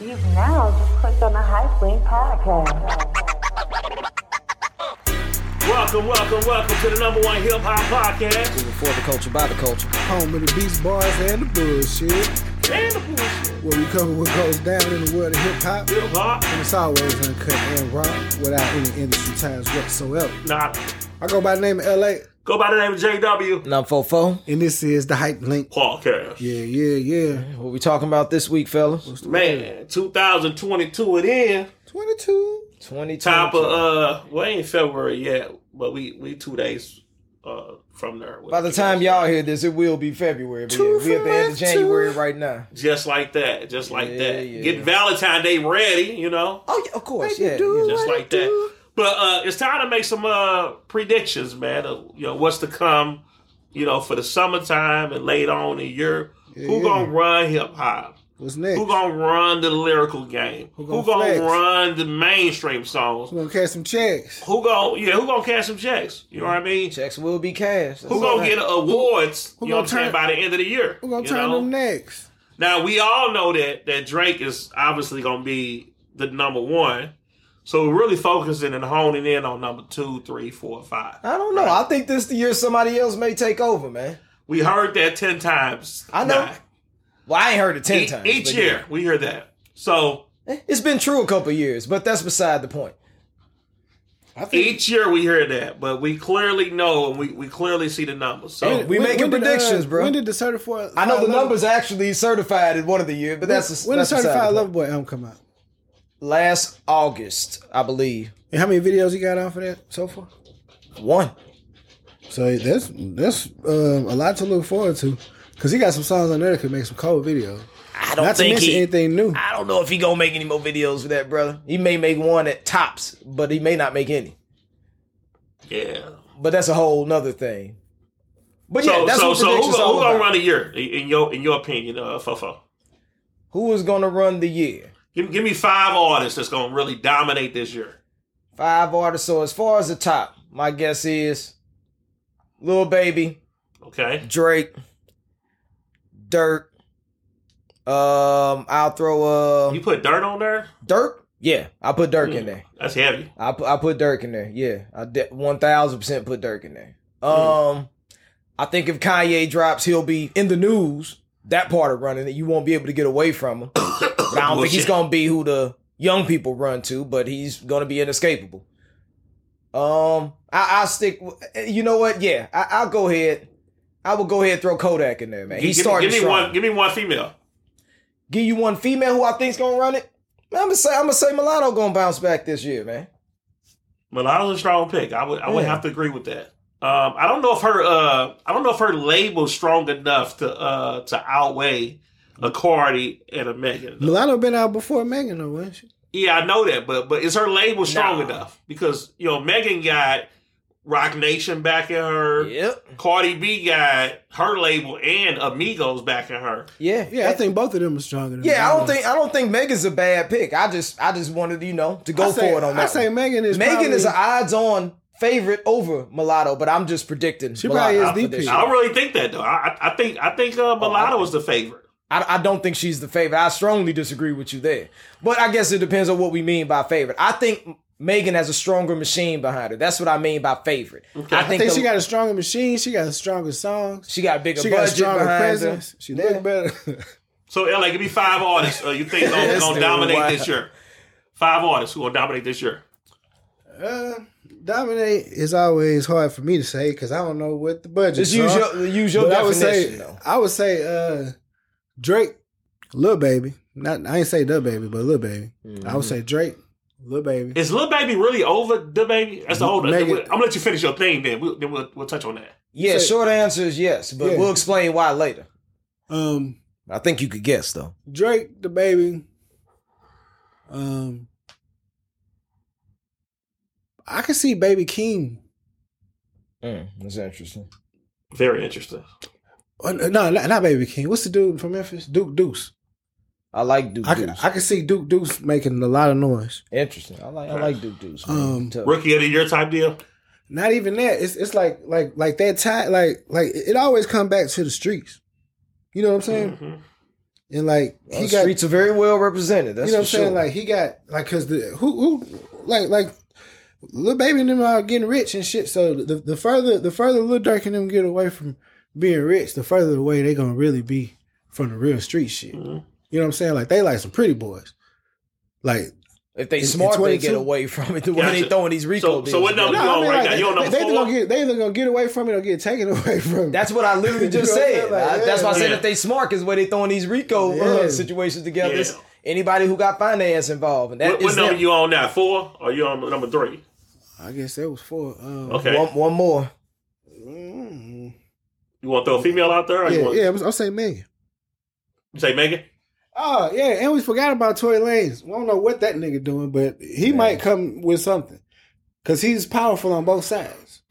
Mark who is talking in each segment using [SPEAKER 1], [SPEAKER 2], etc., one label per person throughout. [SPEAKER 1] You've now just clicked on the High Flame Podcast.
[SPEAKER 2] Welcome, welcome, welcome to the number one hip hop podcast.
[SPEAKER 3] Moving for the culture, by the culture.
[SPEAKER 4] Home of the beats, bars, and the bullshit.
[SPEAKER 2] And the bullshit.
[SPEAKER 4] Where we cover what goes down in the world of hip hop.
[SPEAKER 2] Hip hop.
[SPEAKER 4] And it's always uncut and raw without any industry ties whatsoever.
[SPEAKER 2] Nah.
[SPEAKER 4] I go by the name of LA,
[SPEAKER 2] Go by the name of JW
[SPEAKER 3] And I'm Fofo.
[SPEAKER 4] and this is the Hype Link.
[SPEAKER 2] Podcast.
[SPEAKER 4] Yeah, yeah, yeah.
[SPEAKER 3] What we talking about this week, fellas?
[SPEAKER 2] Man, 2022 it in.
[SPEAKER 4] 22.
[SPEAKER 3] 20
[SPEAKER 2] Top of uh well it ain't February yet, but we we two days uh from there.
[SPEAKER 3] By the time y'all hear this, it will be February. But yeah, we at the end of
[SPEAKER 4] Two for
[SPEAKER 3] January
[SPEAKER 4] us, two.
[SPEAKER 3] right now.
[SPEAKER 2] just like that, just like
[SPEAKER 3] Yeah,
[SPEAKER 2] that.
[SPEAKER 3] yeah.
[SPEAKER 2] Get Valentine Day ready, you know.
[SPEAKER 3] Oh yeah, of course.
[SPEAKER 4] Make you
[SPEAKER 3] yeah,
[SPEAKER 4] do
[SPEAKER 3] yeah.
[SPEAKER 4] it.
[SPEAKER 2] Just
[SPEAKER 4] What
[SPEAKER 2] like
[SPEAKER 4] it
[SPEAKER 2] that.
[SPEAKER 4] do?
[SPEAKER 2] But uh it's time to make some uh predictions, man, of you know, what's to come, you know, for the summertime and later on in Europe. Who
[SPEAKER 4] yeah.
[SPEAKER 2] gonna run hip hop?
[SPEAKER 4] What's next?
[SPEAKER 2] Who gonna run the lyrical game? Who gonna,
[SPEAKER 4] gonna flex?
[SPEAKER 2] run the mainstream songs?
[SPEAKER 4] We're gonna catch some checks.
[SPEAKER 2] Who gonna yeah? Who gonna cash some checks? You know what I mean?
[SPEAKER 3] Checks will be cashed. That's
[SPEAKER 2] Who
[SPEAKER 3] all
[SPEAKER 2] gonna
[SPEAKER 3] right.
[SPEAKER 2] get awards?
[SPEAKER 4] who
[SPEAKER 2] you know what I'm
[SPEAKER 4] gonna
[SPEAKER 2] saying
[SPEAKER 4] turn-
[SPEAKER 2] by the end of the year.
[SPEAKER 4] We're gonna
[SPEAKER 2] you
[SPEAKER 4] turn
[SPEAKER 2] know?
[SPEAKER 4] them next.
[SPEAKER 2] Now we all know that that Drake is obviously gonna be the number one. So we're really focusing and honing in on number two, three, four, five.
[SPEAKER 3] I don't know. I think this the year somebody else may take over, man.
[SPEAKER 2] We heard that ten times.
[SPEAKER 3] I know.
[SPEAKER 2] Nah.
[SPEAKER 3] Well, I ain't heard it ten
[SPEAKER 2] E-
[SPEAKER 3] times.
[SPEAKER 2] each
[SPEAKER 3] but
[SPEAKER 2] year we hear that. So
[SPEAKER 3] yeah. It's been true a couple years, but that's beside the point.
[SPEAKER 4] I think
[SPEAKER 2] each year we hear that, but we clearly know and we, we clearly see the numbers. So
[SPEAKER 3] And- we making
[SPEAKER 4] did, uh,
[SPEAKER 3] predictions, bro.
[SPEAKER 4] When did the certified?
[SPEAKER 3] I know the
[SPEAKER 4] level-
[SPEAKER 3] numbers actually certified in one of the year, but that's
[SPEAKER 4] when
[SPEAKER 3] that's
[SPEAKER 4] did
[SPEAKER 3] beside
[SPEAKER 4] certified
[SPEAKER 3] the point.
[SPEAKER 4] Love Boy album come out?
[SPEAKER 3] Last August, I believe.
[SPEAKER 4] And how many videos you got off of that so far?
[SPEAKER 3] One.
[SPEAKER 4] So that's that's um, a lot to look forward to, because he got some songs on there that could make some cool videos.
[SPEAKER 3] I
[SPEAKER 4] Not to mention anything new.
[SPEAKER 3] I don't know if he gonna make any more videos with that, brother. He may make one at tops, but he may not make any.
[SPEAKER 2] yeah.
[SPEAKER 3] But that's a whole nother thing. But yeah,
[SPEAKER 2] So
[SPEAKER 3] that's
[SPEAKER 2] so
[SPEAKER 3] what
[SPEAKER 2] so who,
[SPEAKER 3] predictions
[SPEAKER 2] gonna-
[SPEAKER 3] all
[SPEAKER 2] who gonna
[SPEAKER 3] about.
[SPEAKER 2] run the year in in your in your opinion, uh, Fofo?
[SPEAKER 3] Who is gonna run the year?
[SPEAKER 2] Give, give me five artists that's gonna really dominate this year.
[SPEAKER 3] Five artists. So as far as the top, my guess is Lil Baby,
[SPEAKER 2] Okay,
[SPEAKER 3] Drake, Dirk. Um, I'll throw uh
[SPEAKER 2] you put dirt on there.
[SPEAKER 3] Dirk. Yeah, I put Dirk in there.
[SPEAKER 2] That's heavy.
[SPEAKER 3] I put I put Dirk in there. Yeah, I one thousand percent put Dirk in there. Um, I think if Kanye drops, he'll be in the news. That part of running it, you won't be able to get away from him. But I don't think he's
[SPEAKER 2] Bullshit.
[SPEAKER 3] gonna be who the young people run to, but he's gonna be inescapable. Um, I I stick. w- You know what? Yeah, I, I'll go ahead. I will go ahead and throw Kodak in there, man.
[SPEAKER 2] Give-
[SPEAKER 3] He's
[SPEAKER 2] give, me-
[SPEAKER 3] starting
[SPEAKER 2] give me
[SPEAKER 3] strong.
[SPEAKER 2] one. Give me one female.
[SPEAKER 3] Give you one female who I think's gonna run it. I'm gonna say I'm gonna say Milano gonna bounce back this year, man.
[SPEAKER 2] But that was a strong pick. I would I would
[SPEAKER 3] Yeah.
[SPEAKER 2] have to agree with that. Um, I don't know if her uh, I don't know if her label's strong enough to uh, to outweigh a Cardi and a Megan.
[SPEAKER 4] Milano been out before Megan though, wasn't she?
[SPEAKER 2] Yeah, I know that, but but is her label strong
[SPEAKER 3] Nah.
[SPEAKER 2] enough? Because you know Megan got Rock Nation backing her.
[SPEAKER 3] Yep.
[SPEAKER 2] Cardi B got her label and Amigos backing her.
[SPEAKER 3] Yeah.
[SPEAKER 4] Yeah, I think both of them are stronger. Than
[SPEAKER 3] Yeah, I don't
[SPEAKER 4] Milano.
[SPEAKER 3] think I don't think Megan's a bad pick. I just I just wanted you know to
[SPEAKER 4] I
[SPEAKER 3] go
[SPEAKER 4] say-
[SPEAKER 3] for it on
[SPEAKER 4] I
[SPEAKER 3] that.
[SPEAKER 4] say
[SPEAKER 3] one.
[SPEAKER 4] Megan is
[SPEAKER 3] Megan
[SPEAKER 4] probably-
[SPEAKER 3] is an odds-on favorite over Mulatto, but I'm just predicting.
[SPEAKER 4] She
[SPEAKER 3] Mulatto
[SPEAKER 4] probably is
[SPEAKER 3] for
[SPEAKER 4] the
[SPEAKER 3] this
[SPEAKER 4] pick.
[SPEAKER 3] year.
[SPEAKER 2] I don't really think that though. I I I think I think uh, Mulatto is the favorite.
[SPEAKER 3] I, I don't think she's the favorite. I strongly disagree with you there. But I guess it depends on what we mean by favorite. I think Megan has a stronger machine behind her. That's what I mean by favorite. I
[SPEAKER 4] I
[SPEAKER 3] think,
[SPEAKER 4] think she
[SPEAKER 3] the-
[SPEAKER 4] got a stronger machine. She got stronger songs.
[SPEAKER 3] she got a bigger
[SPEAKER 4] She got a
[SPEAKER 3] budget
[SPEAKER 4] stronger
[SPEAKER 3] behind
[SPEAKER 4] presence.
[SPEAKER 3] her.
[SPEAKER 4] She
[SPEAKER 3] Yeah.
[SPEAKER 4] look better.
[SPEAKER 2] So LA, give me five artists uh, you think gonna,
[SPEAKER 3] This
[SPEAKER 2] gonna
[SPEAKER 3] dude,
[SPEAKER 2] dominate
[SPEAKER 3] wow.
[SPEAKER 2] this year. Five artists who gonna dominate this year.
[SPEAKER 4] uh, dominate is always hard for me to say because I don't know what the budget.
[SPEAKER 3] Just
[SPEAKER 4] is.
[SPEAKER 3] use your, use your
[SPEAKER 4] But
[SPEAKER 3] definition
[SPEAKER 4] I
[SPEAKER 3] though.
[SPEAKER 4] would say, I would say uh, Drake, Lil Baby. Not I ain't say the baby, but Lil Baby.
[SPEAKER 3] Mm-hmm.
[SPEAKER 4] I would say Drake, Lil Baby.
[SPEAKER 2] Is Lil Baby really over the baby? That's the whole.
[SPEAKER 4] Megan-
[SPEAKER 2] I'm gonna let you finish your thing then. We'll, then we'll, we'll touch on that.
[SPEAKER 3] Yeah,
[SPEAKER 4] say-
[SPEAKER 3] short answer is yes, but
[SPEAKER 4] Yeah.
[SPEAKER 3] we'll explain why later.
[SPEAKER 4] Um,
[SPEAKER 3] I think you could guess though.
[SPEAKER 4] Drake, the baby. Um, I can see Baby King.
[SPEAKER 2] Mm,
[SPEAKER 3] that's interesting.
[SPEAKER 2] Very interesting.
[SPEAKER 4] Oh, no, not, not Baby King. What's the dude from Memphis? Duke Deuce.
[SPEAKER 3] I like Duke
[SPEAKER 4] I can,
[SPEAKER 3] Deuce.
[SPEAKER 4] I can see Duke Deuce making a lot of noise.
[SPEAKER 3] interesting. I like I like Duke Deuce. man.
[SPEAKER 4] Um,
[SPEAKER 3] Tough.
[SPEAKER 2] Rookie of the year type deal.
[SPEAKER 4] Not even that. It's it's like like
[SPEAKER 2] Mm-hmm.
[SPEAKER 4] like that time like like it always come back to the streets. You know what I'm saying? and like
[SPEAKER 3] Well,
[SPEAKER 4] he
[SPEAKER 3] Oh, the
[SPEAKER 4] got
[SPEAKER 3] streets are very well represented. That's
[SPEAKER 4] you know what I'm
[SPEAKER 3] for
[SPEAKER 4] saying?
[SPEAKER 3] sure.
[SPEAKER 4] Like he got like because the who who like like little baby and them are getting rich and shit. So the the further the further little Dirk and them get away from being rich, the further away they gonna really be from the real street shit.
[SPEAKER 2] Mhm.
[SPEAKER 4] You know what I'm saying? Like they like some pretty boys. Like
[SPEAKER 3] if they
[SPEAKER 4] in- in
[SPEAKER 3] smart, they get
[SPEAKER 4] 22?
[SPEAKER 3] away from it. The way
[SPEAKER 2] Gotcha.
[SPEAKER 3] they throwing these
[SPEAKER 2] So-
[SPEAKER 3] Rico
[SPEAKER 2] so
[SPEAKER 3] deals.
[SPEAKER 2] what number-
[SPEAKER 3] together.
[SPEAKER 2] you on Oh, right now?
[SPEAKER 4] they,
[SPEAKER 2] You on number
[SPEAKER 4] they either
[SPEAKER 2] four?
[SPEAKER 4] gonna get they either gonna get away from it or get taken away from it.
[SPEAKER 3] That's what I literally just
[SPEAKER 4] You know what I'm
[SPEAKER 3] said.
[SPEAKER 4] saying? Like,
[SPEAKER 3] I- that's why I said
[SPEAKER 2] yeah.
[SPEAKER 3] if they smart, is where they throwing these Rico
[SPEAKER 4] Yeah.
[SPEAKER 3] uh, situations together. It's
[SPEAKER 2] Yeah.
[SPEAKER 3] Anybody who got finance involved, and that
[SPEAKER 2] What, what
[SPEAKER 3] is
[SPEAKER 2] number
[SPEAKER 3] them.
[SPEAKER 2] you on now? Four or you on number three?
[SPEAKER 4] I guess that was four. Um,
[SPEAKER 2] Okay.
[SPEAKER 3] one, one more.
[SPEAKER 4] mm,
[SPEAKER 2] You want to throw a female out there? Or you
[SPEAKER 4] Yeah,
[SPEAKER 2] want
[SPEAKER 4] yeah. I'm, I'll say Megan.
[SPEAKER 2] you say Megan?
[SPEAKER 4] Oh yeah, and we forgot about Tory Lanez. We don't know what that nigga doing, but he
[SPEAKER 3] Yeah.
[SPEAKER 4] might come with something because he's powerful on both sides.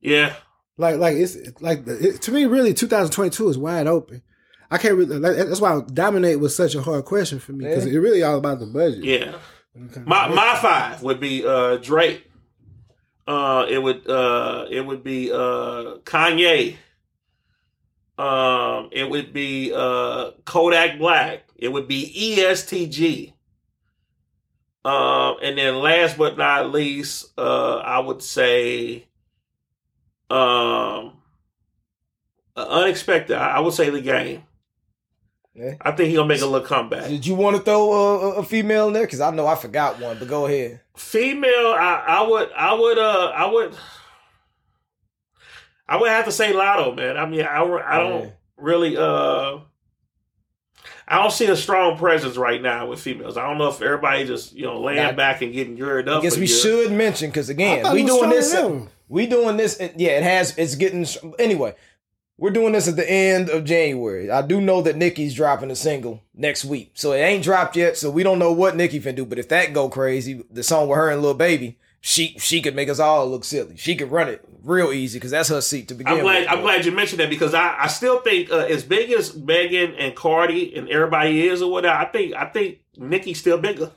[SPEAKER 2] Yeah.
[SPEAKER 4] Like like it's like it, to me, really, 2022 is wide open. I can't really. Like, that's why dominate was such a hard question for me because
[SPEAKER 3] Yeah.
[SPEAKER 4] it really all about the budget.
[SPEAKER 2] Yeah.
[SPEAKER 4] Okay.
[SPEAKER 2] My my five would be uh Drake. Uh it would uh it would be uh Kanye. Um it would be uh Kodak Black. It would be E ESTG. Um and then last but not least, uh I would say um unexpected. I I would say the game.
[SPEAKER 3] Yeah.
[SPEAKER 2] I think he gonna make a little comeback.
[SPEAKER 3] Did you want to throw a, a- a female in there? Because I know I forgot one, but go ahead.
[SPEAKER 2] female I, I would i would uh i would i would have to say lotto man i mean i, re- I don't
[SPEAKER 3] Yeah.
[SPEAKER 2] really uh i don't see a strong presence right now with females i don't know if everybody just you know laying
[SPEAKER 3] Nah,
[SPEAKER 2] back and getting geared up
[SPEAKER 3] I guess
[SPEAKER 2] for
[SPEAKER 3] we
[SPEAKER 2] years.
[SPEAKER 3] should mention because
[SPEAKER 4] I
[SPEAKER 3] again,
[SPEAKER 4] thought
[SPEAKER 3] we
[SPEAKER 4] it was
[SPEAKER 3] doing
[SPEAKER 4] stronger
[SPEAKER 3] this.
[SPEAKER 4] than ever.
[SPEAKER 3] We doing this. and Yeah, it has. It's getting anyway. We're doing this at the end of January. I do know that Nicki's dropping a single next week, so it ain't dropped yet. So we don't know what Nicki finna do. But if that go crazy, the song with her and Lil Baby, she she could make us all look silly. She could run it real easy because that's her seat to begin
[SPEAKER 2] I'm glad.
[SPEAKER 3] with.
[SPEAKER 2] I'm glad you mentioned that because I, I still think uh, as big as Megan and Cardi and everybody is or whatever. I think I think Nicki's still bigger.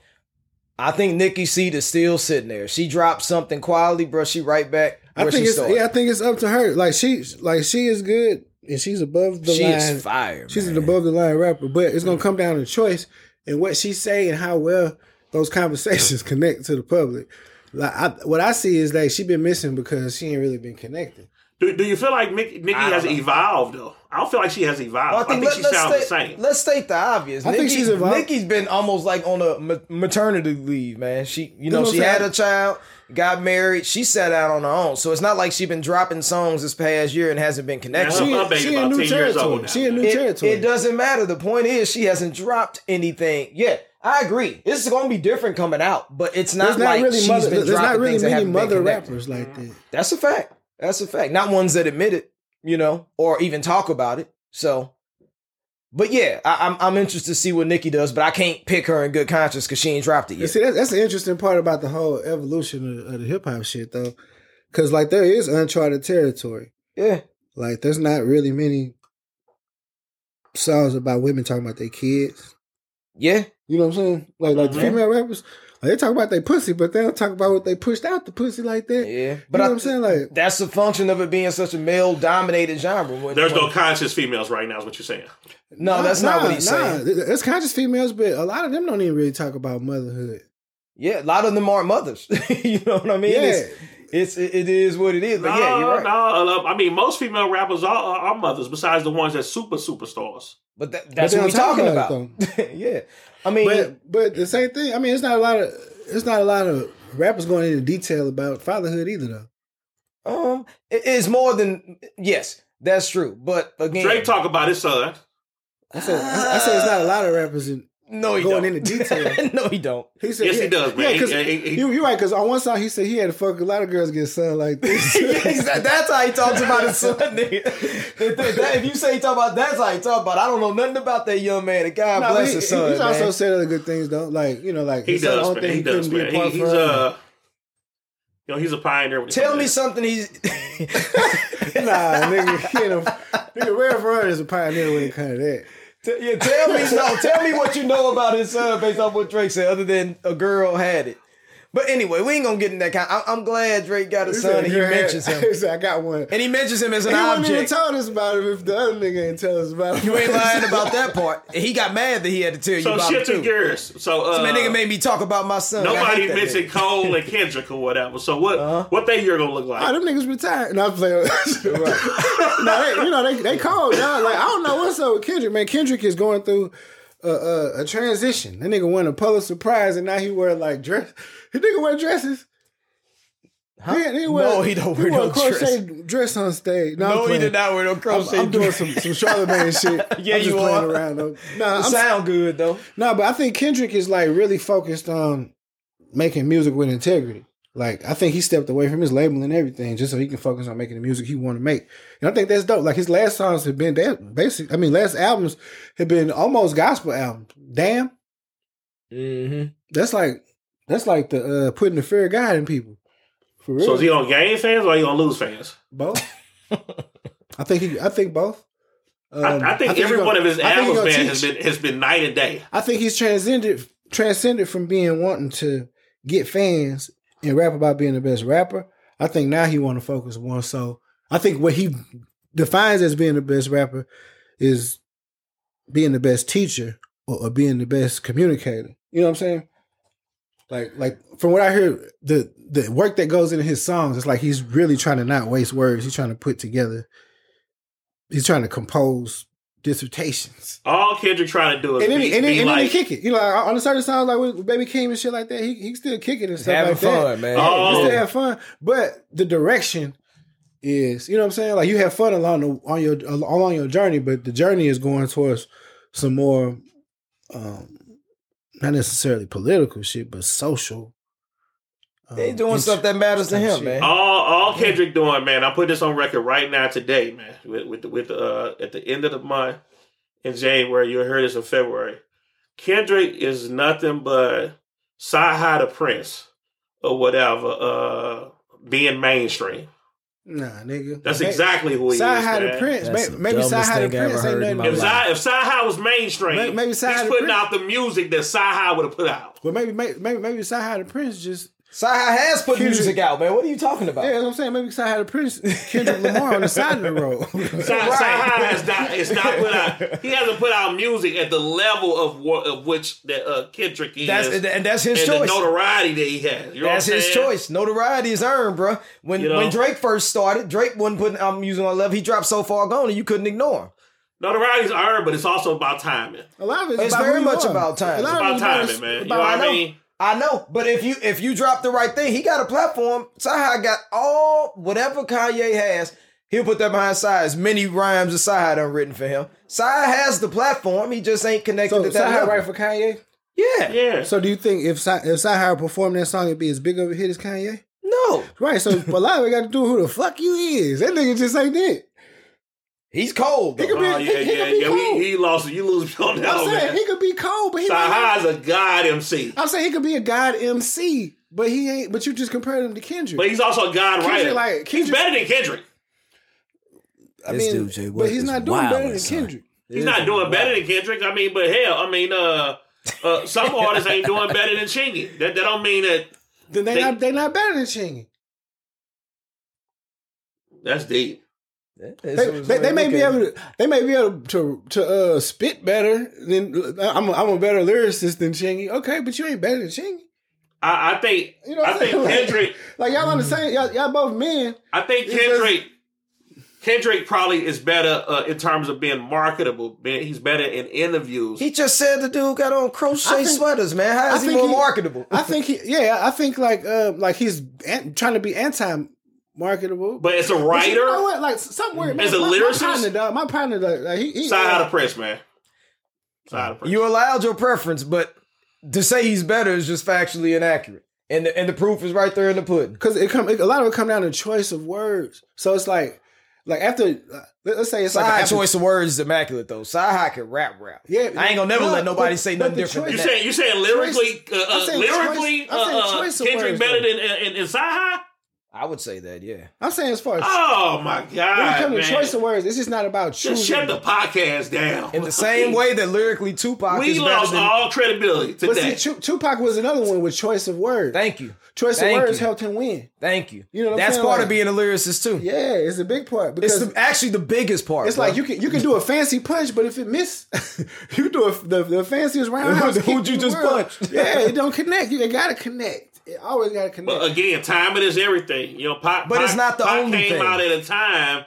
[SPEAKER 3] I think Nicki's seat is still sitting there. She drops something quality, bro. She right back where
[SPEAKER 4] I think
[SPEAKER 3] she
[SPEAKER 4] it's
[SPEAKER 3] started.
[SPEAKER 4] yeah. I think it's up to her. Like she like she is good and she's above the
[SPEAKER 3] she
[SPEAKER 4] line.
[SPEAKER 3] is fire.
[SPEAKER 4] She's an
[SPEAKER 3] man.
[SPEAKER 4] above the line rapper, but it's gonna come down to choice and what she say and how well those conversations connect to the public. Like I, what I see is that she been missing because she ain't really been connected.
[SPEAKER 2] Do, do you feel like Nick, Nicki
[SPEAKER 3] don't
[SPEAKER 2] has
[SPEAKER 3] know.
[SPEAKER 2] evolved though? I don't feel like she has evolved.
[SPEAKER 3] Well,
[SPEAKER 2] I think,
[SPEAKER 3] let-
[SPEAKER 2] she
[SPEAKER 3] let's
[SPEAKER 2] sounds the
[SPEAKER 3] state,
[SPEAKER 2] same.
[SPEAKER 3] Let's state the obvious.
[SPEAKER 4] I think
[SPEAKER 3] Nikki,
[SPEAKER 4] she's involved.
[SPEAKER 3] Nikki's been almost like on a ma- maternity leave, man. She, you know,
[SPEAKER 4] what I'm
[SPEAKER 3] she had
[SPEAKER 4] saying?
[SPEAKER 3] a child, got married. She sat out on her own, so it's not like she's been dropping songs this past year and hasn't been connected.
[SPEAKER 2] Yeah,
[SPEAKER 4] She,
[SPEAKER 2] My baby
[SPEAKER 4] she in
[SPEAKER 2] about
[SPEAKER 4] new
[SPEAKER 2] 10 years old
[SPEAKER 4] territory.
[SPEAKER 2] now.
[SPEAKER 4] She in new
[SPEAKER 3] it,
[SPEAKER 4] territory.
[SPEAKER 3] it doesn't matter. The point is, she hasn't dropped anything yet. I agree. This is going to be different coming out, but it's not,
[SPEAKER 4] There's not
[SPEAKER 3] like
[SPEAKER 4] really
[SPEAKER 3] she's
[SPEAKER 4] mother.
[SPEAKER 3] been
[SPEAKER 4] There's not
[SPEAKER 3] dropping
[SPEAKER 4] really
[SPEAKER 3] things that
[SPEAKER 4] many
[SPEAKER 3] haven't been
[SPEAKER 4] mother
[SPEAKER 3] connected.
[SPEAKER 4] rappers like that.
[SPEAKER 3] That's a fact. That's a fact. Not ones that admit it, you know, or even talk about it. So, but yeah, I, I'm I'm interested to see what Nikki does, but I can't pick her in good conscience because she ain't dropped it
[SPEAKER 4] And
[SPEAKER 3] yet.
[SPEAKER 4] see, that's, that's the interesting part about the whole evolution of, of the hip hop shit, though, because like there is uncharted territory.
[SPEAKER 3] Yeah,
[SPEAKER 4] Like there's not really many songs about women talking about their kids.
[SPEAKER 3] yeah,
[SPEAKER 4] You know what I'm saying? Like like
[SPEAKER 2] Mhm.
[SPEAKER 4] the female rappers, like, they talk about their pussy, but they don't talk about what they pushed out the pussy like that.
[SPEAKER 3] yeah.
[SPEAKER 4] But
[SPEAKER 3] But
[SPEAKER 4] you know
[SPEAKER 3] I,
[SPEAKER 4] what I'm saying? Like
[SPEAKER 3] that's the function of it being such a male dominated genre. When-
[SPEAKER 2] There's no
[SPEAKER 3] when-
[SPEAKER 2] conscious females right now. Is what you're saying?
[SPEAKER 3] no, that's not what he's saying.
[SPEAKER 4] It's conscious females, but a lot of them don't even really talk about motherhood.
[SPEAKER 3] Yeah, a lot of them aren't mothers. you know what I mean?
[SPEAKER 4] Yeah.
[SPEAKER 3] It's, it's it- it is what it is. But yeah, you're right.
[SPEAKER 2] No, uh, I mean, most female rappers are, are, are mothers, besides the ones that's super superstars.
[SPEAKER 3] But that, that's
[SPEAKER 4] they
[SPEAKER 3] what we're
[SPEAKER 4] don't talk
[SPEAKER 3] talking
[SPEAKER 4] about
[SPEAKER 3] about. yeah, I mean,
[SPEAKER 4] But but the same thing. I mean, it's not a lot of it's not a lot of rappers going into detail about fatherhood either, though.
[SPEAKER 3] Um, it- it's more than yes, that's true. But again,
[SPEAKER 2] Drake talk about his son.
[SPEAKER 4] I said I, I said it's not a lot of rappers in.
[SPEAKER 3] no, he
[SPEAKER 4] going
[SPEAKER 3] don't.
[SPEAKER 4] into detail.
[SPEAKER 3] no, he don't.
[SPEAKER 4] He said,
[SPEAKER 2] Yes, he does, man.
[SPEAKER 4] Yeah, 'cause
[SPEAKER 2] He- he- he-
[SPEAKER 4] you, you're right. Because on one side he said he had to fuck a lot of girls get son like this.
[SPEAKER 3] Exact- that's how he talks about his son, nigga. If that- that- if you say he talk about that's how he talk about, I don't know nothing about that young man. And God
[SPEAKER 4] No,
[SPEAKER 3] bless
[SPEAKER 4] he-
[SPEAKER 3] his son.
[SPEAKER 4] He's also
[SPEAKER 3] man.
[SPEAKER 4] said other good things though, like you know, like
[SPEAKER 2] He
[SPEAKER 4] he said the
[SPEAKER 2] does,
[SPEAKER 4] only
[SPEAKER 2] man. He does,
[SPEAKER 4] couldn't
[SPEAKER 2] man. He, he's
[SPEAKER 4] for her.
[SPEAKER 2] uh, you know, he's a pioneer. when it
[SPEAKER 3] Tell
[SPEAKER 2] comes
[SPEAKER 3] me
[SPEAKER 2] to
[SPEAKER 3] something he's
[SPEAKER 4] Nah, nigga, you know, nigga, Red Ferrari is a pioneer when it comes to that.
[SPEAKER 3] T- yeah, tell me no, tell me what you know about his son based on what Drake said, other than a girl had it. But anyway, we ain't gonna get in that kind. I'm, I'm glad Drake got a
[SPEAKER 4] He
[SPEAKER 3] son
[SPEAKER 4] said,
[SPEAKER 3] and he
[SPEAKER 4] "Girl,
[SPEAKER 3] mentions him,
[SPEAKER 4] He said, I got one.
[SPEAKER 3] and he mentions him as an
[SPEAKER 4] he wouldn't even
[SPEAKER 3] object.
[SPEAKER 4] told us about him if the other nigga ain't tell us about him.
[SPEAKER 3] You ain't lying about that part. And he got mad that he had to tell you
[SPEAKER 2] So
[SPEAKER 3] about
[SPEAKER 2] shit
[SPEAKER 3] it
[SPEAKER 2] to
[SPEAKER 3] too.
[SPEAKER 2] gears. So uh,
[SPEAKER 3] So that nigga made me talk about my son. I hate
[SPEAKER 2] nobody
[SPEAKER 3] that
[SPEAKER 2] mentioned
[SPEAKER 3] nigga.
[SPEAKER 2] Cole and Kendrick or whatever. So what what they year gonna look like?
[SPEAKER 4] Oh, them niggas retired. No, I'm playing. no, they, you know they they cold now. Like I don't know what's up with Kendrick. Man, Kendrick is going through a, a, a transition. That nigga won a Pulitzer Prize, and now he wear like dress. He nigga wear dresses. Huh? He, he
[SPEAKER 3] No, he don't wear
[SPEAKER 4] wore
[SPEAKER 3] no
[SPEAKER 4] a crochet dress on stage. No, I'm
[SPEAKER 3] No, he
[SPEAKER 4] playing.
[SPEAKER 3] did not wear no
[SPEAKER 4] I'm,
[SPEAKER 3] crochet.
[SPEAKER 4] I'm doing some some Charlemagne shit.
[SPEAKER 3] Yeah,
[SPEAKER 4] I'm just
[SPEAKER 3] you
[SPEAKER 4] playing
[SPEAKER 3] are.
[SPEAKER 4] around though. Nah,
[SPEAKER 3] It
[SPEAKER 4] I'm
[SPEAKER 3] sound good though.
[SPEAKER 4] no, but I think Kendrick is like really focused on making music with integrity. Like I think he stepped away from his label and everything just so he can focus on making the music he want to make. And I think that's dope. Like his last songs have been that basic. I mean, last albums have been almost gospel albums. Damn,
[SPEAKER 3] Mm-hmm.
[SPEAKER 4] that's like that's like the uh, putting the fear of God in people. For real,
[SPEAKER 2] So is he gonna gain fans or he gonna lose fans?
[SPEAKER 4] both. I think he. I think both. Um,
[SPEAKER 2] I, I think
[SPEAKER 4] he's
[SPEAKER 2] every
[SPEAKER 4] gonna-
[SPEAKER 2] one of his
[SPEAKER 4] I think
[SPEAKER 2] albums,
[SPEAKER 4] he's gonna
[SPEAKER 2] man, has
[SPEAKER 4] teach.
[SPEAKER 2] been has been night and day.
[SPEAKER 4] I think he's transcended transcended from being wanting to get fans and rap about being the best rapper. I think now he want to focus more. So I think what he defines as being the best rapper is being the best teacher or, or being the best communicator. You know what I'm saying? Like like from what I hear, the the work that goes into his songs, it's like he's really trying to not waste words. He's trying to put together. He's trying to compose dissertations
[SPEAKER 2] All Kendrick trying to do is
[SPEAKER 4] and then,
[SPEAKER 2] be,
[SPEAKER 4] he, and, then,
[SPEAKER 2] be
[SPEAKER 4] and then he
[SPEAKER 2] like,
[SPEAKER 4] kick it. You know, like, on the certain songs like with Baby King and shit like that, he he still kick it and stuff
[SPEAKER 3] Having
[SPEAKER 4] like that.
[SPEAKER 3] fun, man.
[SPEAKER 4] Yeah,
[SPEAKER 2] Oh.
[SPEAKER 4] he still have fun, but the direction is, you know, what I'm saying, like you have fun along the on your along your journey, but the journey is going towards some more, um, not necessarily political shit, but social. um,
[SPEAKER 3] They doing
[SPEAKER 4] int-
[SPEAKER 3] stuff that matters to him,
[SPEAKER 4] shit.
[SPEAKER 3] man.
[SPEAKER 2] all all Kendrick doing, man. I put this on record right now today, man. With with, with uh, at the end of the month in January, you'll hear this in February. Kendrick is nothing but sci high to Prince or whatever, uh, being mainstream.
[SPEAKER 4] Nah, nigga,
[SPEAKER 2] That's exactly who he
[SPEAKER 4] Side
[SPEAKER 2] is.
[SPEAKER 4] High to
[SPEAKER 2] man.
[SPEAKER 4] Prince,
[SPEAKER 3] That's
[SPEAKER 4] May-
[SPEAKER 3] the
[SPEAKER 4] maybe Side
[SPEAKER 3] dumbest
[SPEAKER 4] High to
[SPEAKER 3] thing I ever
[SPEAKER 4] Prince ain't
[SPEAKER 3] heard in
[SPEAKER 4] nothing.
[SPEAKER 3] my
[SPEAKER 4] to
[SPEAKER 2] If
[SPEAKER 3] life.
[SPEAKER 4] Side-
[SPEAKER 2] Sci if Sci High was mainstream,
[SPEAKER 4] May- maybe
[SPEAKER 2] he's
[SPEAKER 4] Sci High to
[SPEAKER 2] putting
[SPEAKER 4] Prince.
[SPEAKER 2] out the music that Sci High would have put out.
[SPEAKER 4] But maybe maybe maybe, maybe Side High to Prince just
[SPEAKER 3] Saha has put
[SPEAKER 4] Kendrick-
[SPEAKER 3] music out, man. What are you talking about?
[SPEAKER 4] Yeah, that's what I'm saying. Maybe because I had a Prince Kendrick Lamar on the side of the road.
[SPEAKER 2] Si- Si High has not, it's not put out. He hasn't put out music at the level of what of which that uh, Kendrick is.
[SPEAKER 3] That's
[SPEAKER 2] and
[SPEAKER 3] and that's his
[SPEAKER 2] the
[SPEAKER 3] choice.
[SPEAKER 2] notoriety that he has. You know
[SPEAKER 3] That's
[SPEAKER 2] what I'm
[SPEAKER 3] his
[SPEAKER 2] saying?
[SPEAKER 3] choice. Notoriety is earned, bruh. When
[SPEAKER 2] You know?
[SPEAKER 3] when Drake first started, Drake wasn't putting I'm using on love. He dropped so far gone, and you couldn't ignore him.
[SPEAKER 2] Notoriety's earned, but it's also about timing. It's
[SPEAKER 4] a lot of it's,
[SPEAKER 3] It's
[SPEAKER 4] about
[SPEAKER 3] very
[SPEAKER 4] who you
[SPEAKER 3] much
[SPEAKER 4] are.
[SPEAKER 3] about time.
[SPEAKER 4] A lot of
[SPEAKER 2] about
[SPEAKER 4] it's
[SPEAKER 2] timing, man. You know
[SPEAKER 3] about-
[SPEAKER 2] what
[SPEAKER 3] I
[SPEAKER 2] I
[SPEAKER 3] know.
[SPEAKER 2] mean?
[SPEAKER 3] I know, but if you if you drop the right thing, he got a platform. Saha got all whatever Kanye has. He'll put that behind Sai as many rhymes as Saha done written for him. Sai has the platform. He just ain't connected
[SPEAKER 4] So,
[SPEAKER 3] to
[SPEAKER 4] Si
[SPEAKER 3] that.
[SPEAKER 4] High
[SPEAKER 3] level.
[SPEAKER 4] right for Kanye?
[SPEAKER 3] yeah.
[SPEAKER 2] Yeah.
[SPEAKER 4] So, do you think if Si, if Si High performed that song, it'd be as big of a hit as Kanye?
[SPEAKER 3] No.
[SPEAKER 4] Right. So, a lot of it got to do with who the fuck you is. That nigga just ain't it.
[SPEAKER 3] He's cold.
[SPEAKER 4] He
[SPEAKER 3] though.
[SPEAKER 4] could be-
[SPEAKER 2] Oh,
[SPEAKER 4] he-
[SPEAKER 2] yeah,
[SPEAKER 4] he could
[SPEAKER 2] yeah,
[SPEAKER 4] be
[SPEAKER 2] yeah.
[SPEAKER 4] cool.
[SPEAKER 2] We, he lost. You lose me on that
[SPEAKER 4] I'm
[SPEAKER 2] one,
[SPEAKER 4] saying
[SPEAKER 2] man.
[SPEAKER 4] he could be cold, but he.
[SPEAKER 2] Si
[SPEAKER 4] might not-
[SPEAKER 2] High's a god MC,
[SPEAKER 4] I'm saying he could be a god MC, but he ain't. But you just compared him to Kendrick.
[SPEAKER 2] but he's also a god
[SPEAKER 4] Kendrick,
[SPEAKER 2] writer.
[SPEAKER 4] like,
[SPEAKER 2] he's
[SPEAKER 4] Kendrick-
[SPEAKER 2] better than Kendrick.
[SPEAKER 4] I
[SPEAKER 5] This
[SPEAKER 4] mean,
[SPEAKER 5] dude, Jay Wood,
[SPEAKER 4] but he's
[SPEAKER 5] is
[SPEAKER 4] not doing
[SPEAKER 5] wild
[SPEAKER 4] better than
[SPEAKER 5] and son.
[SPEAKER 4] Kendrick.
[SPEAKER 2] He's not doing better than Kendrick. I mean, but hell, I mean, uh, uh, some artists ain't doing better than Chingy. That that don't mean that.
[SPEAKER 4] Then they,
[SPEAKER 2] They-
[SPEAKER 4] not they not better than Chingy.
[SPEAKER 2] That's deep.
[SPEAKER 4] they, they, they may be able to they may be able to to uh, spit better than I'm a, I'm a better lyricist than Chingy. Okay, but you ain't better than Chingy.
[SPEAKER 2] I, I think.
[SPEAKER 4] You know what
[SPEAKER 2] I
[SPEAKER 4] I'm
[SPEAKER 2] think
[SPEAKER 4] saying?
[SPEAKER 2] Kendrick.
[SPEAKER 4] Like
[SPEAKER 3] Mm-hmm.
[SPEAKER 4] y'all on the same y'all, y'all both men.
[SPEAKER 2] I think
[SPEAKER 4] It's
[SPEAKER 2] Kendrick. Kendrick probably is better uh, in terms of being marketable. Man, He's better in interviews.
[SPEAKER 3] He just said the dude got on crochet
[SPEAKER 4] I think-
[SPEAKER 3] sweaters, man. How is he
[SPEAKER 4] think
[SPEAKER 3] more
[SPEAKER 4] he-
[SPEAKER 3] marketable?
[SPEAKER 4] I think he yeah, I think like uh, like he's an, trying to be anti marketable.
[SPEAKER 2] but as a
[SPEAKER 4] But you know
[SPEAKER 2] writer, Mm-hmm.
[SPEAKER 4] what? Like some weird
[SPEAKER 2] As a
[SPEAKER 4] my,
[SPEAKER 2] lyricist?
[SPEAKER 4] my partner, dog, my partner, like, like, he, uh, he
[SPEAKER 2] side out of press, man. Side of press.
[SPEAKER 3] You allowed your preference, but to say he's better is just factually inaccurate. And the, and the proof is right there in the pudding.
[SPEAKER 4] because it come it, a lot of it come down to choice of words. So it's like like after uh, let- let's say it's like an
[SPEAKER 3] Sahai
[SPEAKER 4] apple-
[SPEAKER 3] choice of words is immaculate though. Sahai can rap rap.
[SPEAKER 4] Yeah,
[SPEAKER 3] I ain't gonna never
[SPEAKER 4] no,
[SPEAKER 3] let nobody
[SPEAKER 4] but-
[SPEAKER 3] say
[SPEAKER 4] but
[SPEAKER 3] nothing
[SPEAKER 4] the
[SPEAKER 3] different
[SPEAKER 2] you
[SPEAKER 3] than
[SPEAKER 4] choice-
[SPEAKER 2] saying you saying lyrically, uh,
[SPEAKER 4] I'm
[SPEAKER 2] uh,
[SPEAKER 4] saying
[SPEAKER 2] lyrically,
[SPEAKER 4] choice- I'm saying
[SPEAKER 2] uh, uh,
[SPEAKER 4] choice of
[SPEAKER 2] Kendrick
[SPEAKER 4] words,
[SPEAKER 2] better
[SPEAKER 4] though.
[SPEAKER 2] than uh, in, in Sci High?
[SPEAKER 3] I would say that, yeah.
[SPEAKER 4] I'm saying as far as
[SPEAKER 2] Oh my
[SPEAKER 4] when
[SPEAKER 3] Ah,
[SPEAKER 4] it
[SPEAKER 2] god,
[SPEAKER 4] comes to
[SPEAKER 2] man!
[SPEAKER 4] choice of words, this is not about choosing.
[SPEAKER 2] Just shut the podcast down.
[SPEAKER 3] In the same way that lyrically Tupac
[SPEAKER 2] we
[SPEAKER 3] is better
[SPEAKER 2] lost
[SPEAKER 3] than.
[SPEAKER 2] all credibility to
[SPEAKER 4] But
[SPEAKER 2] that.
[SPEAKER 4] see, Tu- Tupac was another one with choice of words.
[SPEAKER 3] Thank you.
[SPEAKER 4] choice
[SPEAKER 3] Thank
[SPEAKER 4] of words
[SPEAKER 3] you.
[SPEAKER 4] helped him win.
[SPEAKER 3] Thank you.
[SPEAKER 4] You know what I'm
[SPEAKER 3] That's
[SPEAKER 4] saying?
[SPEAKER 3] part
[SPEAKER 4] Like-
[SPEAKER 3] of being a lyricist too.
[SPEAKER 4] Yeah, it's a big part
[SPEAKER 3] It's
[SPEAKER 4] because
[SPEAKER 3] the, actually the biggest part.
[SPEAKER 4] It's
[SPEAKER 3] bro.
[SPEAKER 4] like you can you can do a fancy punch, but if it miss, you do a, the the fanciest roundhouse.
[SPEAKER 3] Who'd-
[SPEAKER 4] kick
[SPEAKER 3] who'd you
[SPEAKER 4] in the
[SPEAKER 3] just
[SPEAKER 4] world.
[SPEAKER 3] punch?
[SPEAKER 4] yeah, it don't connect. You gotta connect. It always gotta connect.
[SPEAKER 2] But again, timing is everything. You know, pop.
[SPEAKER 3] But it's not the only
[SPEAKER 2] came
[SPEAKER 3] thing.
[SPEAKER 2] out at a time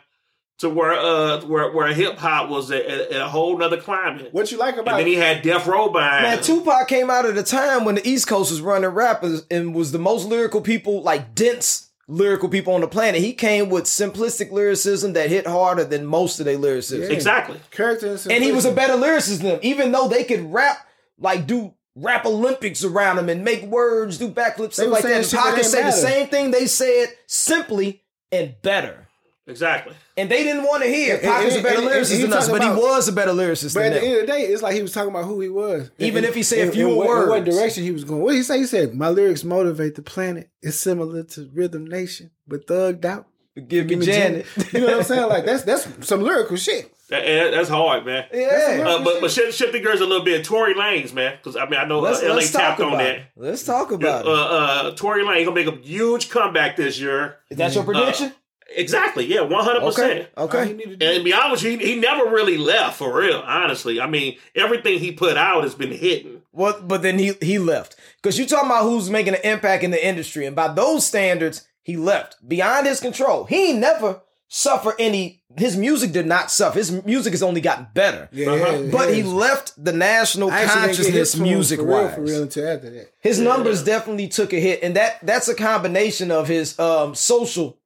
[SPEAKER 2] to where uh where where hip hop was at, at, at a whole nother climate.
[SPEAKER 4] what you like
[SPEAKER 2] and
[SPEAKER 4] about
[SPEAKER 2] then he had Death Row behind.
[SPEAKER 3] Man,
[SPEAKER 2] him.
[SPEAKER 3] Tupac came out at a time when the East Coast was running rappers and was the most lyrical people, like dense lyrical people on the planet. He came with simplistic lyricism that hit harder than most of their lyricists.
[SPEAKER 2] exactly.
[SPEAKER 4] character and,
[SPEAKER 3] And he was a
[SPEAKER 4] simplicity.
[SPEAKER 3] better lyricist than them, even though they could rap, like do rap Olympics around him and make words, do backflips,
[SPEAKER 4] They
[SPEAKER 3] stuff
[SPEAKER 4] were
[SPEAKER 3] like
[SPEAKER 4] saying
[SPEAKER 3] that. And
[SPEAKER 4] shit that
[SPEAKER 3] Pac could
[SPEAKER 4] didn't
[SPEAKER 3] say the
[SPEAKER 4] matter.
[SPEAKER 3] same thing they said simply and better.
[SPEAKER 2] Exactly.
[SPEAKER 3] And they didn't want to hear
[SPEAKER 4] And-
[SPEAKER 3] Pac is a
[SPEAKER 4] and-
[SPEAKER 3] better
[SPEAKER 4] and- and
[SPEAKER 3] lyricist
[SPEAKER 4] he
[SPEAKER 3] than us,
[SPEAKER 4] talked
[SPEAKER 3] but he
[SPEAKER 4] about-
[SPEAKER 3] was a better lyricist
[SPEAKER 4] But
[SPEAKER 3] than
[SPEAKER 4] at the
[SPEAKER 3] them.
[SPEAKER 4] end of the day, it's like he was talking about who he was.
[SPEAKER 3] Even
[SPEAKER 4] And-
[SPEAKER 3] if he said
[SPEAKER 4] and-
[SPEAKER 3] fewer
[SPEAKER 4] and what, and what
[SPEAKER 3] words.
[SPEAKER 4] direction he was going. What did he say? He said, "My lyrics motivate the planet. It's similar to Rhythm Nation, but thugged out."
[SPEAKER 3] Give me Janet. Uh-huh.
[SPEAKER 4] You know what I'm saying? Like that's that's some lyrical shit.
[SPEAKER 2] That- and that's hard, man.
[SPEAKER 3] Yeah.
[SPEAKER 2] Uh, but but shift, shifting gears a little bit. Tory Lanez, man, because I mean I know
[SPEAKER 3] Let's,
[SPEAKER 2] uh, LA
[SPEAKER 3] let's talk
[SPEAKER 2] tapped on
[SPEAKER 3] about
[SPEAKER 2] that.
[SPEAKER 3] it. Let's talk about
[SPEAKER 2] Uh,
[SPEAKER 3] it.
[SPEAKER 2] uh, Tory Lanez gonna make a huge comeback this year.
[SPEAKER 3] Is
[SPEAKER 4] uh,
[SPEAKER 3] that your prediction?
[SPEAKER 2] Exactly. Yeah, one hundred
[SPEAKER 3] okay.
[SPEAKER 2] percent.
[SPEAKER 4] All he
[SPEAKER 3] Okay.
[SPEAKER 4] needed to
[SPEAKER 2] And to
[SPEAKER 4] do-
[SPEAKER 2] be honest, with you, he, he never really left for real. Honestly, I mean everything he put out has been hitting.
[SPEAKER 3] Well, but then he he left because you talking about who's making an impact in the industry, and by those standards, he left beyond his control. He ain't never suffer any. His music did not suffer. His music has only gotten better.
[SPEAKER 4] Yeah,
[SPEAKER 2] Uh-huh.
[SPEAKER 4] yeah.
[SPEAKER 3] But he left the national
[SPEAKER 4] I actually didn't get his
[SPEAKER 3] consciousness
[SPEAKER 4] tune
[SPEAKER 3] music
[SPEAKER 4] for real,
[SPEAKER 3] wise.
[SPEAKER 4] for real until after that.
[SPEAKER 3] His numbers definitely took a hit, and that that's a combination of his um, social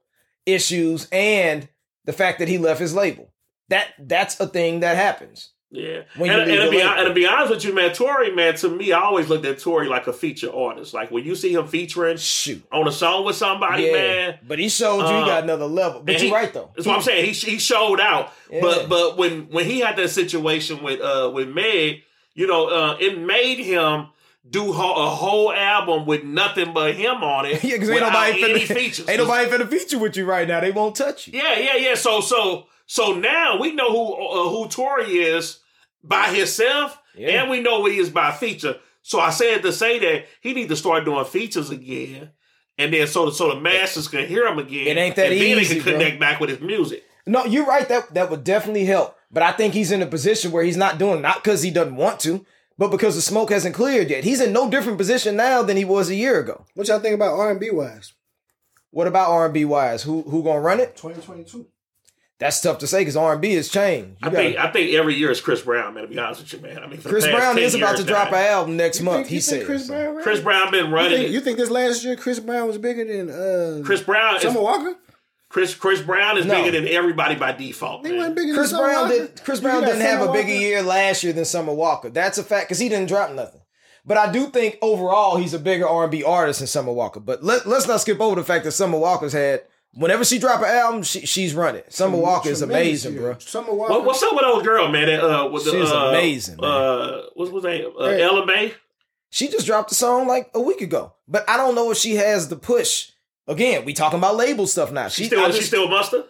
[SPEAKER 3] issues and the fact that he left his label. That that's a thing that happens.
[SPEAKER 2] Yeah, and,
[SPEAKER 3] When you
[SPEAKER 2] and,
[SPEAKER 3] leave
[SPEAKER 2] to
[SPEAKER 3] the
[SPEAKER 2] be,
[SPEAKER 3] label.
[SPEAKER 2] and to be honest with you, man, Tory, man, to me, I always looked at Tory like a feature artist. Like when you see him featuring
[SPEAKER 3] Shoot,
[SPEAKER 2] on a song with somebody, man,
[SPEAKER 3] But he showed you he
[SPEAKER 2] Uh,
[SPEAKER 3] got another level. But
[SPEAKER 2] And he-
[SPEAKER 3] you're right though.
[SPEAKER 2] That's what I'm saying. He he showed out,
[SPEAKER 3] Yeah.
[SPEAKER 2] but but when when he had that situation with uh with Meg, you know, uh, it made him do ho- a whole album with nothing but him on it.
[SPEAKER 3] Yeah, because ain't
[SPEAKER 2] without
[SPEAKER 3] nobody
[SPEAKER 2] any
[SPEAKER 3] finna,
[SPEAKER 2] features.
[SPEAKER 3] ain't nobody finna feature with you right now. They won't touch you.
[SPEAKER 2] Yeah, yeah, yeah. So so so now we know who uh, who Tory is by himself,
[SPEAKER 3] Yeah.
[SPEAKER 2] and we know he is by feature. So I said to say that he need to start doing features again. And then so so the masses can hear him again.
[SPEAKER 3] It ain't that
[SPEAKER 2] and then
[SPEAKER 3] easy,
[SPEAKER 2] they
[SPEAKER 3] bro.
[SPEAKER 2] can connect back with his music.
[SPEAKER 3] No, you're right. That that would definitely help. But I think he's in a position where he's not doing not because he doesn't want to, but because the smoke hasn't cleared yet. He's in no different position now than he was a year ago.
[SPEAKER 4] What y'all think about R and B wise?
[SPEAKER 3] What about R and B wise? Who who gonna run it?
[SPEAKER 4] 2022.
[SPEAKER 3] That's tough to say because R and B has changed. You
[SPEAKER 2] I
[SPEAKER 3] gotta-
[SPEAKER 2] think I think every year is Chris Brown, man. To be honest with you, man. I mean, for the
[SPEAKER 3] Chris
[SPEAKER 2] past
[SPEAKER 3] Brown
[SPEAKER 2] 10
[SPEAKER 3] is about
[SPEAKER 2] years
[SPEAKER 3] to drop
[SPEAKER 2] now,
[SPEAKER 3] an album next
[SPEAKER 4] You
[SPEAKER 3] month.
[SPEAKER 4] think-
[SPEAKER 3] he uh,
[SPEAKER 4] you think
[SPEAKER 3] said
[SPEAKER 4] Chris Brown. ran?
[SPEAKER 2] Chris Brown been
[SPEAKER 4] You
[SPEAKER 2] running.
[SPEAKER 4] think, you think this last year Chris Brown was bigger than uh,
[SPEAKER 2] Chris Brown is
[SPEAKER 4] Summer Walker?
[SPEAKER 2] Chris Chris Brown is
[SPEAKER 3] No.
[SPEAKER 2] bigger than everybody by default.
[SPEAKER 4] He
[SPEAKER 2] man.
[SPEAKER 4] wasn't bigger
[SPEAKER 3] Chris
[SPEAKER 4] than Summer
[SPEAKER 3] Brown
[SPEAKER 4] Walker.
[SPEAKER 3] did. Chris
[SPEAKER 4] You
[SPEAKER 3] Brown
[SPEAKER 4] got
[SPEAKER 3] didn't have
[SPEAKER 4] Summer
[SPEAKER 3] a bigger
[SPEAKER 4] Walker?
[SPEAKER 3] year last year than Summer Walker. That's a fact because he didn't drop nothing. But I do think overall he's a bigger R and B artist than Summer Walker. But let, let's not skip over the fact that Summer Walker's had whenever she drop an album, she, she's running. Summer Walker is
[SPEAKER 4] Tremendous
[SPEAKER 3] amazing,
[SPEAKER 4] year.
[SPEAKER 3] bro.
[SPEAKER 4] Summer Walker.
[SPEAKER 2] What, what's up with old girl, man? That, uh, with the,
[SPEAKER 3] She's
[SPEAKER 2] uh,
[SPEAKER 3] amazing, man.
[SPEAKER 2] Uh, what's what's her name? Uh,
[SPEAKER 4] Hey.
[SPEAKER 2] Ella May.
[SPEAKER 3] She just dropped a song like a week ago. But I don't know if she has the push. Again, we talking about label stuff now. She,
[SPEAKER 2] She still
[SPEAKER 3] I,
[SPEAKER 2] she
[SPEAKER 3] just-
[SPEAKER 2] still mustard.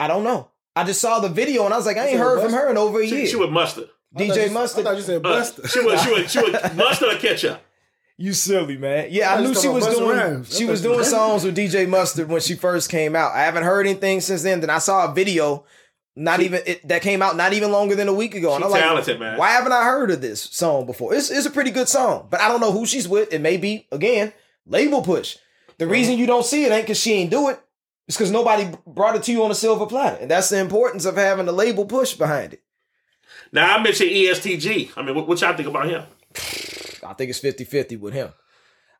[SPEAKER 3] I don't know. I just saw the video and I was like, I ain't
[SPEAKER 4] said
[SPEAKER 3] heard from
[SPEAKER 4] Busta?
[SPEAKER 3] her in over a
[SPEAKER 2] She,
[SPEAKER 3] year.
[SPEAKER 2] she was mustard.
[SPEAKER 4] I thought
[SPEAKER 3] DJ
[SPEAKER 4] you- I thought you
[SPEAKER 3] Mustard.
[SPEAKER 4] said
[SPEAKER 2] Uh,
[SPEAKER 4] Buster.
[SPEAKER 2] she was she was she was mustard or ketchup.
[SPEAKER 3] You silly man. Yeah, I,
[SPEAKER 4] I
[SPEAKER 3] knew
[SPEAKER 4] just
[SPEAKER 3] she
[SPEAKER 4] thought
[SPEAKER 3] was
[SPEAKER 4] Busta
[SPEAKER 3] doing
[SPEAKER 4] Rhymes.
[SPEAKER 3] she
[SPEAKER 4] I
[SPEAKER 3] was
[SPEAKER 4] thought-
[SPEAKER 3] doing songs with DJ Mustard when she first came out. I haven't heard anything since then. Then I saw a video, not even it, that came out not even longer than a week ago. And
[SPEAKER 2] She
[SPEAKER 3] I'm like,
[SPEAKER 2] talented, man.
[SPEAKER 3] why haven't I heard of this song before? It's it's a pretty good song, but I don't know who she's with. It may be again label push. The reason you don't see it ain't because she ain't do it. It's because nobody b- brought it to you on a silver platter, and that's the importance of having the label push behind it.
[SPEAKER 2] Now I mentioned E ESTG. I mean, what, what y'all think about him?
[SPEAKER 3] I think it's 50-50 with him.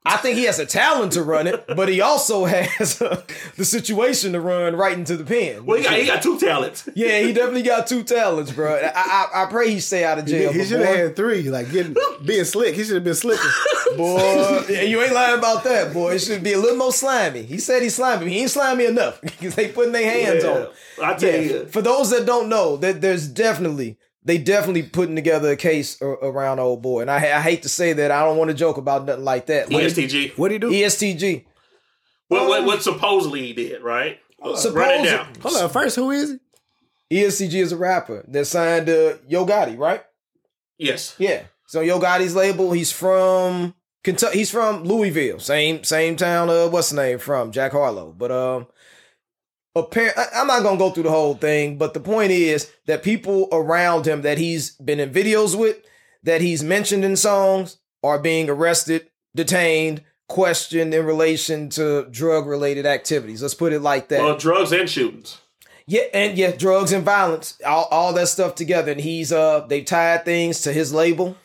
[SPEAKER 3] I think he has the talent to run it, but he also has uh, the situation to run right into the pen.
[SPEAKER 2] Well, he got, he got two talents.
[SPEAKER 3] yeah, he definitely got two talents, bro. I, I, I pray he stay out of jail.
[SPEAKER 4] He
[SPEAKER 3] but
[SPEAKER 4] should have
[SPEAKER 3] boy,
[SPEAKER 4] had three. Like getting being slick. He should have been slicker.
[SPEAKER 3] boy, yeah, you ain't lying about that, boy. It should be a little more slimy. He said he's slimy. but He ain't slimy enough because they putting their hands on
[SPEAKER 2] Yeah.
[SPEAKER 3] him.
[SPEAKER 2] I tell
[SPEAKER 3] Yeah.
[SPEAKER 2] you,
[SPEAKER 3] For those that don't know, that there's definitely they definitely putting together a case a- around old boy,
[SPEAKER 2] E
[SPEAKER 3] and I, I hate to say that. I don't want to joke about nothing like that. But
[SPEAKER 2] ESTG.
[SPEAKER 4] What'd he do?
[SPEAKER 3] ESTG.
[SPEAKER 2] What, what what supposedly he did, right?
[SPEAKER 4] Suppose-
[SPEAKER 2] Run it down.
[SPEAKER 4] Hold on. First, who is it?
[SPEAKER 3] ESCG is a rapper that signed uh, Yo Gotti, right?
[SPEAKER 2] Yes.
[SPEAKER 3] Yeah. So Yo Gotti's label. He's from Kentucky. He's from Louisville, same same town. Uh, what's the name from Jack Harlow? But um, apparent. I'm not gonna go through the whole thing, but the point is that people around him that he's been in videos with, that he's mentioned in songs, are being arrested, detained, questioned in relation to drug related activities. Let's put it like that.
[SPEAKER 2] Well, Uh, drugs and shootings.
[SPEAKER 3] Yeah, and yeah, drugs and violence, all, all that stuff together. And he's uh they tied things to his label.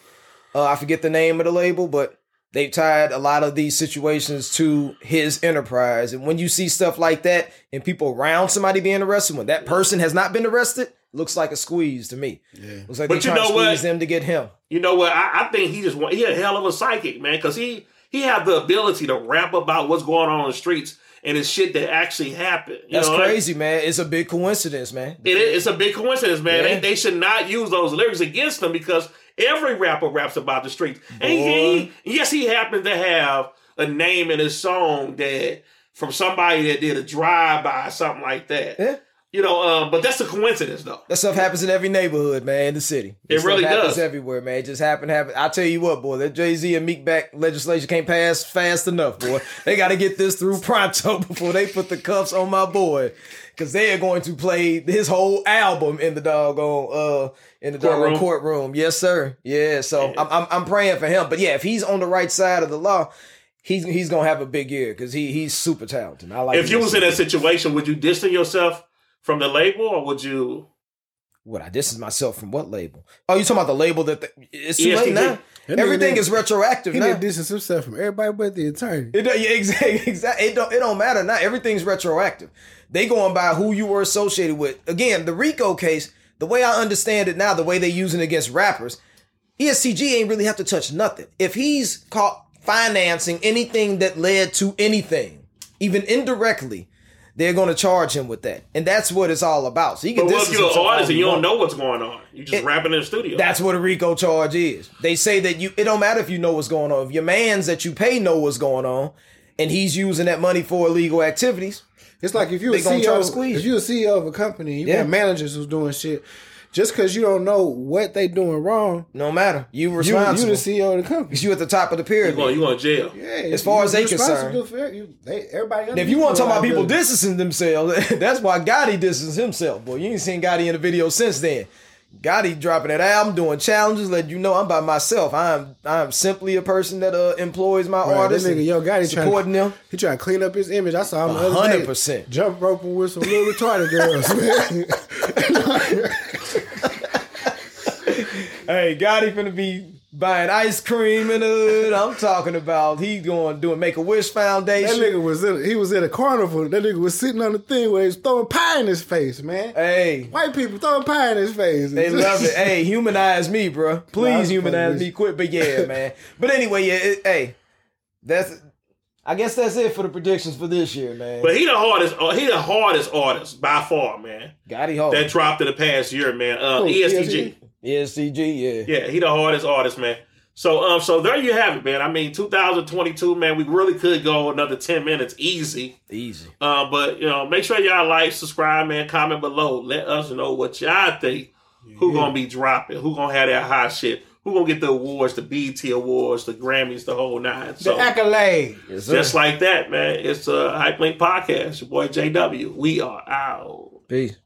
[SPEAKER 3] Uh, I forget the name of the label, but they tied a lot of these situations to his enterprise. And when you see stuff like that and people around somebody being arrested, when that person has not been arrested, looks like a squeeze to me.
[SPEAKER 4] Yeah.
[SPEAKER 3] Looks like
[SPEAKER 2] But
[SPEAKER 3] they
[SPEAKER 2] you
[SPEAKER 3] trying to
[SPEAKER 2] know what?
[SPEAKER 3] squeeze them to get him.
[SPEAKER 2] You know what? I, I think he just want, he a hell of a psychic, man, because he he had the ability to rap about what's going on in the streets and it's shit that actually happened. You
[SPEAKER 3] That's
[SPEAKER 2] know, that-
[SPEAKER 3] crazy, man. It's a big coincidence, man.
[SPEAKER 2] It is, it's a big coincidence, man.
[SPEAKER 3] Yeah.
[SPEAKER 2] They, they should not use those lyrics against him because every rapper raps about the streets. And he, yes, he happened to have a name in his song that from somebody that did a drive by or something like that.
[SPEAKER 3] Yeah.
[SPEAKER 2] You know, um, but that's a coincidence though.
[SPEAKER 3] That stuff happens in every neighborhood, man, in the city.
[SPEAKER 2] It
[SPEAKER 3] stuff
[SPEAKER 2] really
[SPEAKER 3] happens
[SPEAKER 2] does.
[SPEAKER 3] everywhere, man. It just happened, happen. I tell you what, boy, that Jay Z and Meek back legislation can't pass fast enough, boy. they got to get this through pronto before they put the cuffs on my boy, because they are going to play his whole album in the doggone uh in the doggone
[SPEAKER 2] Courtroom.
[SPEAKER 3] courtroom. Yes, sir. Yeah. So I'm, I'm I'm praying for him, but yeah, if he's on the right side of the law, he's he's gonna have a big year because he he's super talented. I like.
[SPEAKER 2] If you
[SPEAKER 3] him.
[SPEAKER 2] was in that situation, would you distance yourself from the label or would you
[SPEAKER 3] What I distance myself from what label? Oh, you talking about the label that the, it's too late
[SPEAKER 2] ESTG.
[SPEAKER 3] now.
[SPEAKER 4] That nigga
[SPEAKER 3] Everything
[SPEAKER 4] did-
[SPEAKER 3] is retroactive
[SPEAKER 4] He
[SPEAKER 3] now.
[SPEAKER 4] did distance himself from everybody but the attorney.
[SPEAKER 3] It don't- yeah, exactly, exactly. It don't. It don't matter now. Everything's retroactive. They going by who you were associated with. Again, the Rico case. The way I understand it now, the way they using it against rappers, E ESCG ain't really have to touch nothing. If he's caught financing anything that led to anything, even indirectly, they're going to charge him with that, and that's what it's all about. So you can.
[SPEAKER 2] But what if
[SPEAKER 3] distance
[SPEAKER 2] you're an
[SPEAKER 3] yourself all
[SPEAKER 2] artist and you
[SPEAKER 3] want.
[SPEAKER 2] don't know what's going on? You just rapping in the studio.
[SPEAKER 3] That's what a RICO charge is. They say that you it don't matter if you know what's going on. If your man's that you pay know what's going on, and he's using that money for illegal activities.
[SPEAKER 4] It's like if you a
[SPEAKER 3] They gonna try
[SPEAKER 4] CEO,
[SPEAKER 3] to squeeze
[SPEAKER 4] if you a CEO of a company, you
[SPEAKER 3] Yeah.
[SPEAKER 4] got managers who's doing shit. Just because you don't know what they doing wrong,
[SPEAKER 3] No matter you
[SPEAKER 4] you, you
[SPEAKER 3] responsible.
[SPEAKER 4] the
[SPEAKER 3] You,
[SPEAKER 4] CEO of the company.
[SPEAKER 3] at the top of the
[SPEAKER 2] you going
[SPEAKER 3] pyramid.
[SPEAKER 2] you going to jail.
[SPEAKER 4] Yeah,
[SPEAKER 3] As far as they concerned.
[SPEAKER 4] for it. you, they, everybody. under
[SPEAKER 3] If you want to talk about people
[SPEAKER 4] liability.
[SPEAKER 3] distancing themselves, that's why Gotti distanced himself. Boy, you ain't seen Gotti in the video since then. Gotti dropping that album, doing challenges, letting you know I'm by myself. I'm I'm simply a person that uh, employs my
[SPEAKER 4] Right,
[SPEAKER 3] artists.
[SPEAKER 4] this nigga,
[SPEAKER 3] and
[SPEAKER 4] yo, Gotti
[SPEAKER 3] supporting
[SPEAKER 4] trying,
[SPEAKER 3] them.
[SPEAKER 4] He trying to clean up his image. I saw him the other day
[SPEAKER 3] 100%.
[SPEAKER 4] jump roping with some little retarded girls. man.
[SPEAKER 3] Hey, Gotti finna be buying ice cream in the hood. I'm talking about he going doing Make a Wish
[SPEAKER 4] That
[SPEAKER 3] Foundation.
[SPEAKER 4] nigga was in, he was at a carnival. That nigga was sitting on the thing where he was throwing pie in his face, man.
[SPEAKER 3] hey,
[SPEAKER 4] White people throwing pie in his face.
[SPEAKER 3] they love it. Hey, humanize me, bro.
[SPEAKER 4] Nah, I
[SPEAKER 3] Please
[SPEAKER 4] was
[SPEAKER 3] humanize
[SPEAKER 4] playing
[SPEAKER 3] me. Quit, but yeah, man. But anyway, yeah. It, hey, that's. I guess that's it for the predictions for this year, man.
[SPEAKER 2] But he the hardest uh, he the hardest artist by far, man.
[SPEAKER 3] Gotti Hall, E
[SPEAKER 2] that dropped in the past year, man. Uh,
[SPEAKER 4] Oh. Who, E
[SPEAKER 2] ESTG.
[SPEAKER 3] ESCG, yeah.
[SPEAKER 2] Yeah, he the hardest artist, man. So um, so there you have it, man. I mean, 2022, man. We really could go another 10 minutes easy.
[SPEAKER 3] easy.
[SPEAKER 2] Uh, but you know, make sure y'all like, subscribe, man. Comment below. Let us know what y'all think. Who gonna be dropping? Who gonna have that hot shit? Who gonna get the awards? The BT awards, the Grammys, the whole nine.
[SPEAKER 4] the
[SPEAKER 2] So
[SPEAKER 4] accolade.
[SPEAKER 3] Yes, sir.
[SPEAKER 2] just like that, man. It's a Hype Link podcast. Your boy JW. We are out.
[SPEAKER 3] Peace.